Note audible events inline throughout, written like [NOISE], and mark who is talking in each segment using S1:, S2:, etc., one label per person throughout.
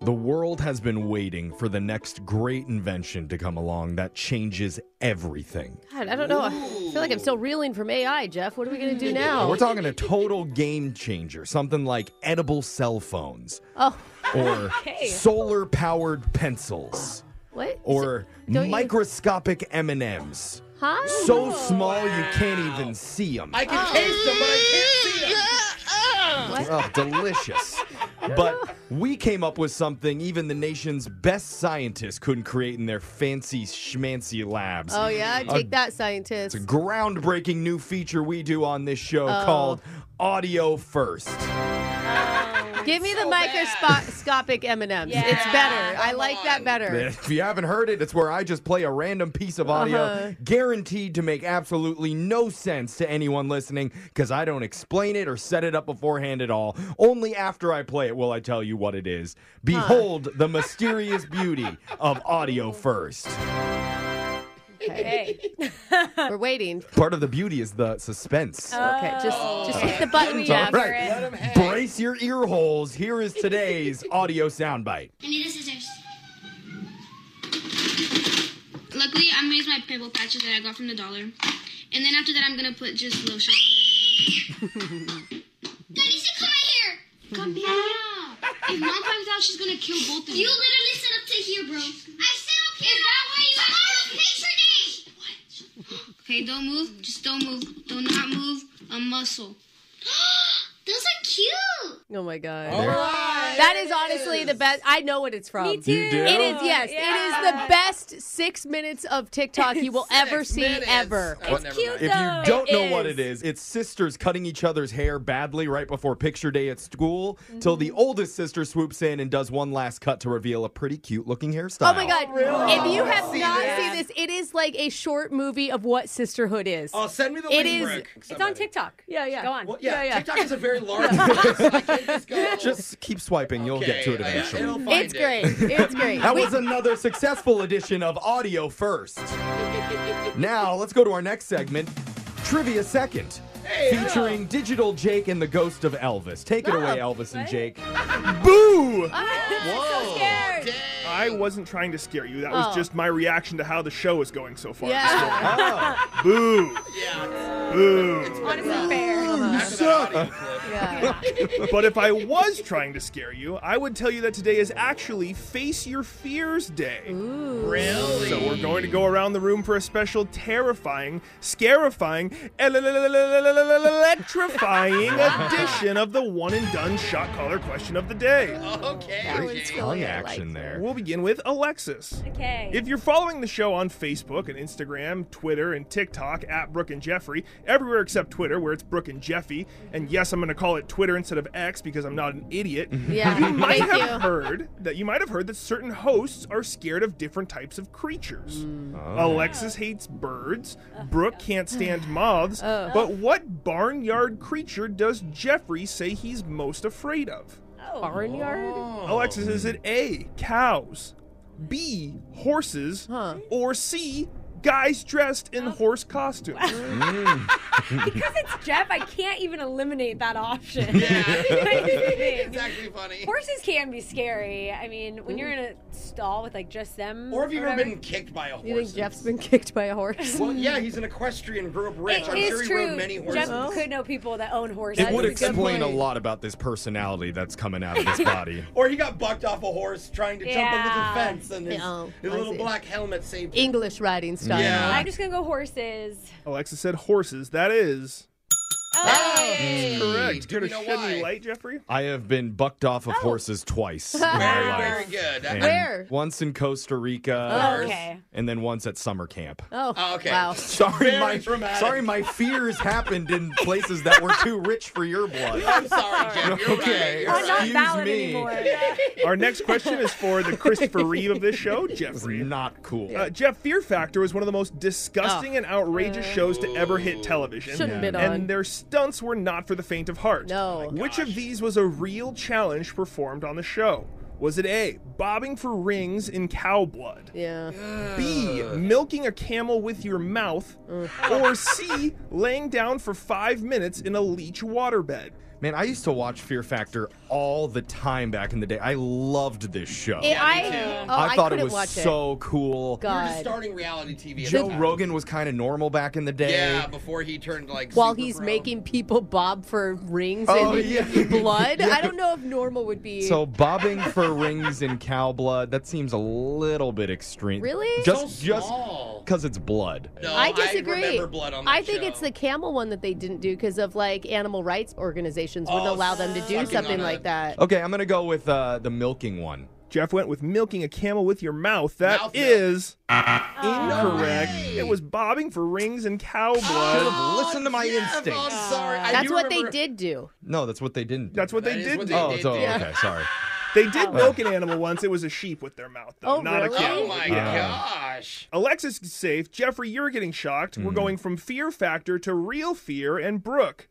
S1: The world has been waiting for the next great invention to come along that changes everything.
S2: God, I don't know. oh, I feel like I'm still reeling from AI, Jeff. What are we going to do now?
S1: We're talking a total game changer, something like edible cell phones
S2: Oh,
S1: or solar powered pencils
S2: [LAUGHS] what?
S1: or
S2: don't you-
S1: microscopic M&Ms.
S2: huh?
S1: So small you can't even see them.
S3: I can taste them, but I can't see them.
S1: Oh, delicious. But we came up with something even the nation's best scientists couldn't create in their fancy schmancy labs.
S2: Oh yeah, take that, scientist.
S1: It's a groundbreaking new feature we do on this show
S2: Oh.
S1: called Audio First.
S2: Give me the microscopic M and M's. It's better. I like that better.
S1: If you haven't heard it, it's where I just play a random piece of audio
S2: Uh-huh.
S1: guaranteed to make absolutely no sense to anyone listening because I don't explain it or set it up beforehand at all. Only after I play it will I tell you what it is. Behold the mysterious beauty of Audio First.
S2: [LAUGHS] We're waiting.
S1: Part of the beauty is the suspense.
S2: Okay, just just hit the button, Jeff.
S1: All right. Brace your ear holes. Here is today's audio
S4: I
S1: soundbite.
S4: need a scissors. Luckily, I'm gonna use my pimple patches that I got from the dollar. And then after that, I'm gonna put just [LAUGHS] lotion on it. Daddy said, come right here! Come here. If mom finds out, she's gonna kill both of you. You literally sit up to here, bro. I sit up here. Is that why you have picture day? What? Okay, don't move. Just don't move. Do not move a muscle. [GASPS] Those are cute!
S2: Oh my god. That is honestly the best. I know what it's from. Me too.
S1: You do?
S2: It is yes. It is the best six minutes of TikTok you [LAUGHS] will ever see ever.
S3: It's cute.
S1: If you don't know what it is, it's sisters cutting each other's hair badly right before picture day at school till the
S3: Mm-hmm.
S1: oldest sister swoops in and does one last cut to reveal a pretty cute looking hairstyle.
S2: Oh my god! If you have not seen this, it is like a short movie of what sisterhood is.
S3: Oh, send me the
S2: It
S3: link,
S2: is.
S3: Rick.
S2: on TikTok. Yeah, yeah. Go on.
S3: Well, yeah, TikTok is a very large. place. I can't just go.
S1: Just keep swiping, you'll get to it
S3: Okay, I-
S1: eventually.
S3: it'll find
S2: It's
S3: it. [LAUGHS]
S2: great. It's great.
S1: That was another successful edition of Audio First. now, let's go to our next segment Trivia Second. featuring Digital Jake and the Ghost of Elvis. Take
S3: Oh,
S1: it away, Elvis and Jake. Boo!
S2: so scared.
S5: I wasn't trying to scare you. That was just my reaction to how the show is going so far.
S2: Yeah.
S1: Oh.
S5: Boo.
S3: Yeah.
S5: Boo.
S3: After that audio clip.
S5: but if I was trying to scare you, I would tell you that today is actually Face Your Fears Day.
S3: Really?
S5: So we're going to go around the room for a special terrifying, scarifying, ele- ele- ele- ele- ele- ele- electrifying edition of the one and done shot caller question of the day.
S3: Okay.
S1: Tongue action there.
S5: We'll begin with Alexis.
S6: Okay.
S5: If you're following the show on Facebook and Instagram, Twitter, and TikTok at Brooke and Jeffrey, everywhere except Twitter, where it's Brooke and Jeffy, and yes, I'm going to call it Twitter instead of X because I'm not an idiot.
S2: Yeah,
S5: you might
S2: thank
S5: have
S2: you.
S5: heard that you might have heard that certain hosts are scared of different types of creatures.
S3: Mm.
S1: Oh.
S5: Alexis hates birds. Brooke can't stand moths. But what barnyard creature does Jeffrey say he's most afraid of?
S6: Barnyard?
S3: Oh.
S5: Alexis, Oh, is it A, cows, B, horses, or C, guys dressed in
S2: [LAUGHS]
S5: horse costumes?
S6: Because it's Jeff, I can't even eliminate that option.
S2: [LAUGHS]
S3: it's actually funny.
S6: Horses can be scary. I mean, when you're in a stall with like just them.
S3: Or have you ever
S6: whatever.
S3: been kicked by a horse?
S2: You think Jeff's been kicked by a horse?
S3: Well, yeah, he's an equestrian, grew up rich.
S6: It
S3: I'm
S6: is
S3: sure he rode
S6: true.
S3: many horses.
S6: Jeff could know people that own horses.
S1: It would
S6: That's a good
S1: explain a
S6: point.
S1: lot about this personality that's coming out of this body.
S3: Or he got bucked off a horse trying to
S6: Yeah.
S3: jump over the fence, and his,
S2: [LAUGHS] Yeah, Oh,
S3: his
S2: I
S3: little
S2: see.
S3: black helmet saved him.
S2: English riding style.
S3: Yeah.
S6: I'm just gonna go horses.
S5: Alexis said horses. That is correct.
S3: Do
S5: Could
S3: we
S5: have
S3: know
S5: shed any
S3: why?
S5: light, Jeffrey?
S1: I have been bucked off of horses twice in my
S3: Very, very
S1: life.
S3: good.
S1: And
S2: Where?
S1: Once in Costa
S6: Oh,
S1: Rica,
S6: okay.
S1: and then once at summer camp.
S2: Oh,
S3: Oh, okay.
S1: [LAUGHS]
S2: wow.
S1: Sorry,
S3: Very
S1: my
S3: dramatic.
S1: sorry, my fears happened in places that were too rich for your blood.
S3: I'm sorry, Jeff. You're
S1: Okay.
S6: I'm
S3: right. You're
S6: not
S3: right.
S1: Excuse
S6: valid
S1: me.
S6: anymore.
S5: Our next question is for the Christopher Reeve of this show,
S1: It's
S5: Jeffrey.
S1: not cool.
S5: Uh, Jeff, Fear Factor is one of the most disgusting and outrageous shows to ever hit television.
S2: Ah. Shouldn't been on.
S5: And their stunts were not for the faint of heart.
S2: No. Oh my
S5: Which of these was a real challenge performed on the show? Was it A, bobbing for rings in cow blood?
S2: Yeah.
S5: B, milking a camel with your mouth? Or C, laying down for five minutes in a leech waterbed?
S1: Man, I used to watch Fear Factor all the time back in the day. I loved this show.
S6: It- I,
S2: Oh,
S1: I thought it
S2: couldn't
S1: was
S2: watch
S1: so cool.
S2: it. God.
S3: Starting reality TV. at
S1: Joe
S3: the time.
S1: Rogan was kind of normal back in the day.
S3: Yeah, before he turned like.
S2: While
S3: super
S2: he's
S3: pro.
S2: making people bob for rings
S1: Oh,
S2: and
S1: yeah.
S5: [LAUGHS]
S2: blood, I don't know if normal would be.
S1: So bobbing for rings in cow blood, that seems a little bit extreme.
S2: Really?
S1: Just
S3: So
S1: just
S3: small.
S1: cuz it's blood.
S3: No,
S2: I disagree.
S3: remember blood on that
S2: I think
S3: show.
S2: it's the camel one that they didn't do because of like animal rights organizations wouldn't
S3: Oh,
S2: allow them to
S3: sucking
S2: do
S3: on
S2: something
S3: a-
S2: like that.
S1: Okay, I'm going to go with uh, the milking one.
S5: Jeff went with milking a camel with your mouth. That
S3: Mouth milk.
S5: is
S2: Oh,
S5: incorrect. It was bobbing for rings and cow blood.
S1: Listen to my
S3: Jeff,
S1: instincts.
S3: I'm sorry. Oh, I
S2: That's
S3: do
S2: what
S3: remember-
S2: they did do.
S1: No, that's what they didn't. do.
S5: That's what
S3: That
S5: they
S3: is
S5: did.
S3: what
S5: do.
S3: they
S1: Oh,
S3: did Oh
S1: so
S3: do.
S1: okay,
S3: [LAUGHS]
S1: sorry.
S5: They did milk an animal once. It was a sheep with their mouth, though,
S2: Oh,
S5: not
S2: really?
S5: a cow.
S3: Oh my
S1: Yeah.
S3: gosh.
S5: Alexis is safe. Jeffrey, you're getting shocked. We're going from fear factor to real fear and Brooke.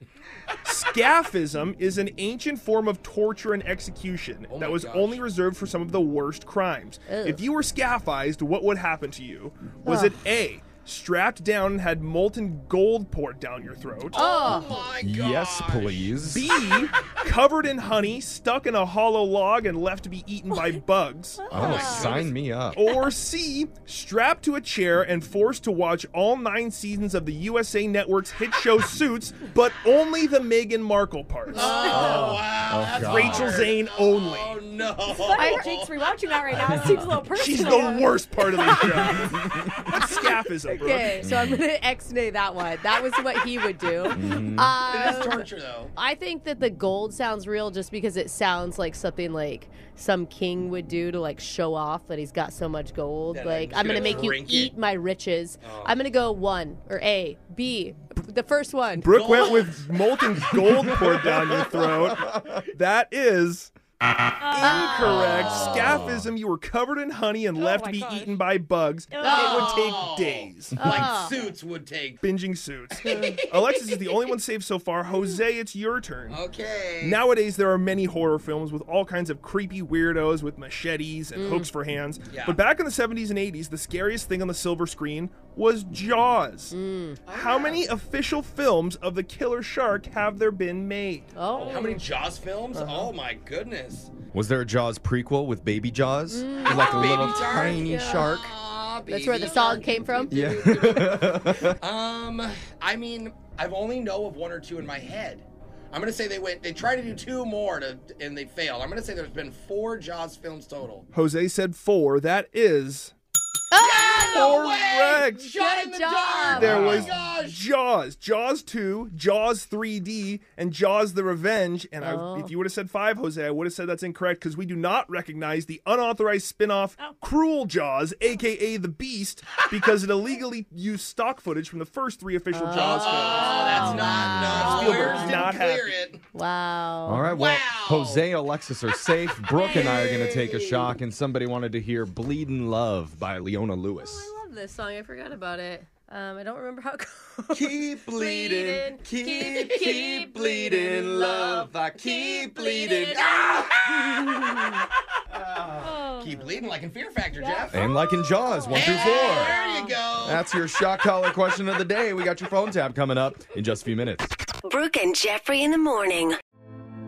S5: Scaphism is an ancient form of torture and execution that was only reserved for some of the worst crimes. If you were scaffized, what would happen to you? Was it A, strapped down and had molten gold poured down your throat?
S3: Oh my gosh.
S1: Yes, please.
S5: B, covered in honey, stuck in a hollow log, and left to be eaten by bugs?
S1: oh, sign me up.
S5: Or C, strapped to a chair and forced to watch all nine seasons of the USA Network's hit show Suits, but only the Meghan Markle parts.
S3: Oh, wow. that's
S1: God.
S5: Rachel Zane only.
S3: Oh no.
S6: Funny that Jake's rewatching that right now. It seems a little
S3: [LAUGHS]
S6: personal.
S5: She's the worst part of the show. That's scaphism, bro. [LAUGHS]
S2: Okay, so I'm gonna X nay that one. That was what he would do.
S5: Mm-hmm.
S3: It is
S2: Um,
S3: torture though.
S2: I think that the gold sounds real just because it sounds like something like some king would do to like show off that he's got so much gold.
S3: That I'm
S2: like
S3: just
S2: I'm gonna
S3: gonna
S2: make you
S3: drink it. Oh.
S2: eat my riches. I'm gonna go one or A, B, the first one.
S5: Brooke went with molten gold poured down your throat. That is
S2: Ah.
S5: incorrect. Scaphism, you were covered in honey and left
S6: my
S5: to be
S6: gosh.
S5: eaten by bugs.
S3: Oh.
S5: It would take days.
S3: Like suits would take.
S5: Binging suits. Alexis is the only one saved so far. Jose, it's your turn.
S3: Okay.
S5: Nowadays, there are many horror films with all kinds of creepy weirdos with machetes
S6: Mm.
S5: and hooks for hands.
S3: Yeah.
S5: But back in the 70s and 80s, the scariest thing on the silver screen was Jaws. How many official films of the killer shark have there been made?
S2: Oh,
S3: How many Jaws films? Oh my goodness.
S1: Was there a Jaws prequel with Baby Jaws? Like a
S3: Baby
S1: little
S3: shark,
S1: tiny
S3: yeah.
S1: shark?
S3: Aw,
S2: that's where the
S3: baby
S2: song
S3: shark.
S2: came from.
S1: [LAUGHS] Yeah.
S3: Um, I mean, I've only know of one or two in my head.
S7: I'm gonna say they went. They tried to do two more, to, and they failed. I'm gonna say there's been four Jaws films total.
S5: Jose said four. That is correct.
S3: Shot in the dark.
S5: There
S3: Oh my
S5: was Jaws, Jaws 2, Jaws 3D, and Jaws the Revenge. And I, if you would have said 5, Jose, I would have said that's incorrect because we do not recognize the unauthorized spin off Cruel Jaws, aka The Beast, because it illegally used stock footage from the first three official Jaws films. Oh,
S7: that's not.
S5: No, Spielberg's not happy.
S2: Wow.
S1: All right, well, Jose, Alexis are safe. Brooke and I are going to take a shock, and somebody wanted to hear Bleedin' Love by Leona Lewis.
S2: I love this song. I forgot about it. Um, I don't remember
S5: [LAUGHS]
S2: how [LAUGHS] it goes.
S3: Keep bleeding, keep, keep bleeding, love. I keep bleeding. [LAUGHS] Oh.
S7: Keep bleeding like in Fear Factor, Jeff.
S1: And like in Jaws, one through four.
S7: There you go.
S1: That's your shock collar question of the day. We got your phone tab coming up in just a few minutes.
S8: Brooke and Jeffrey in the morning.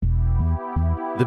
S9: The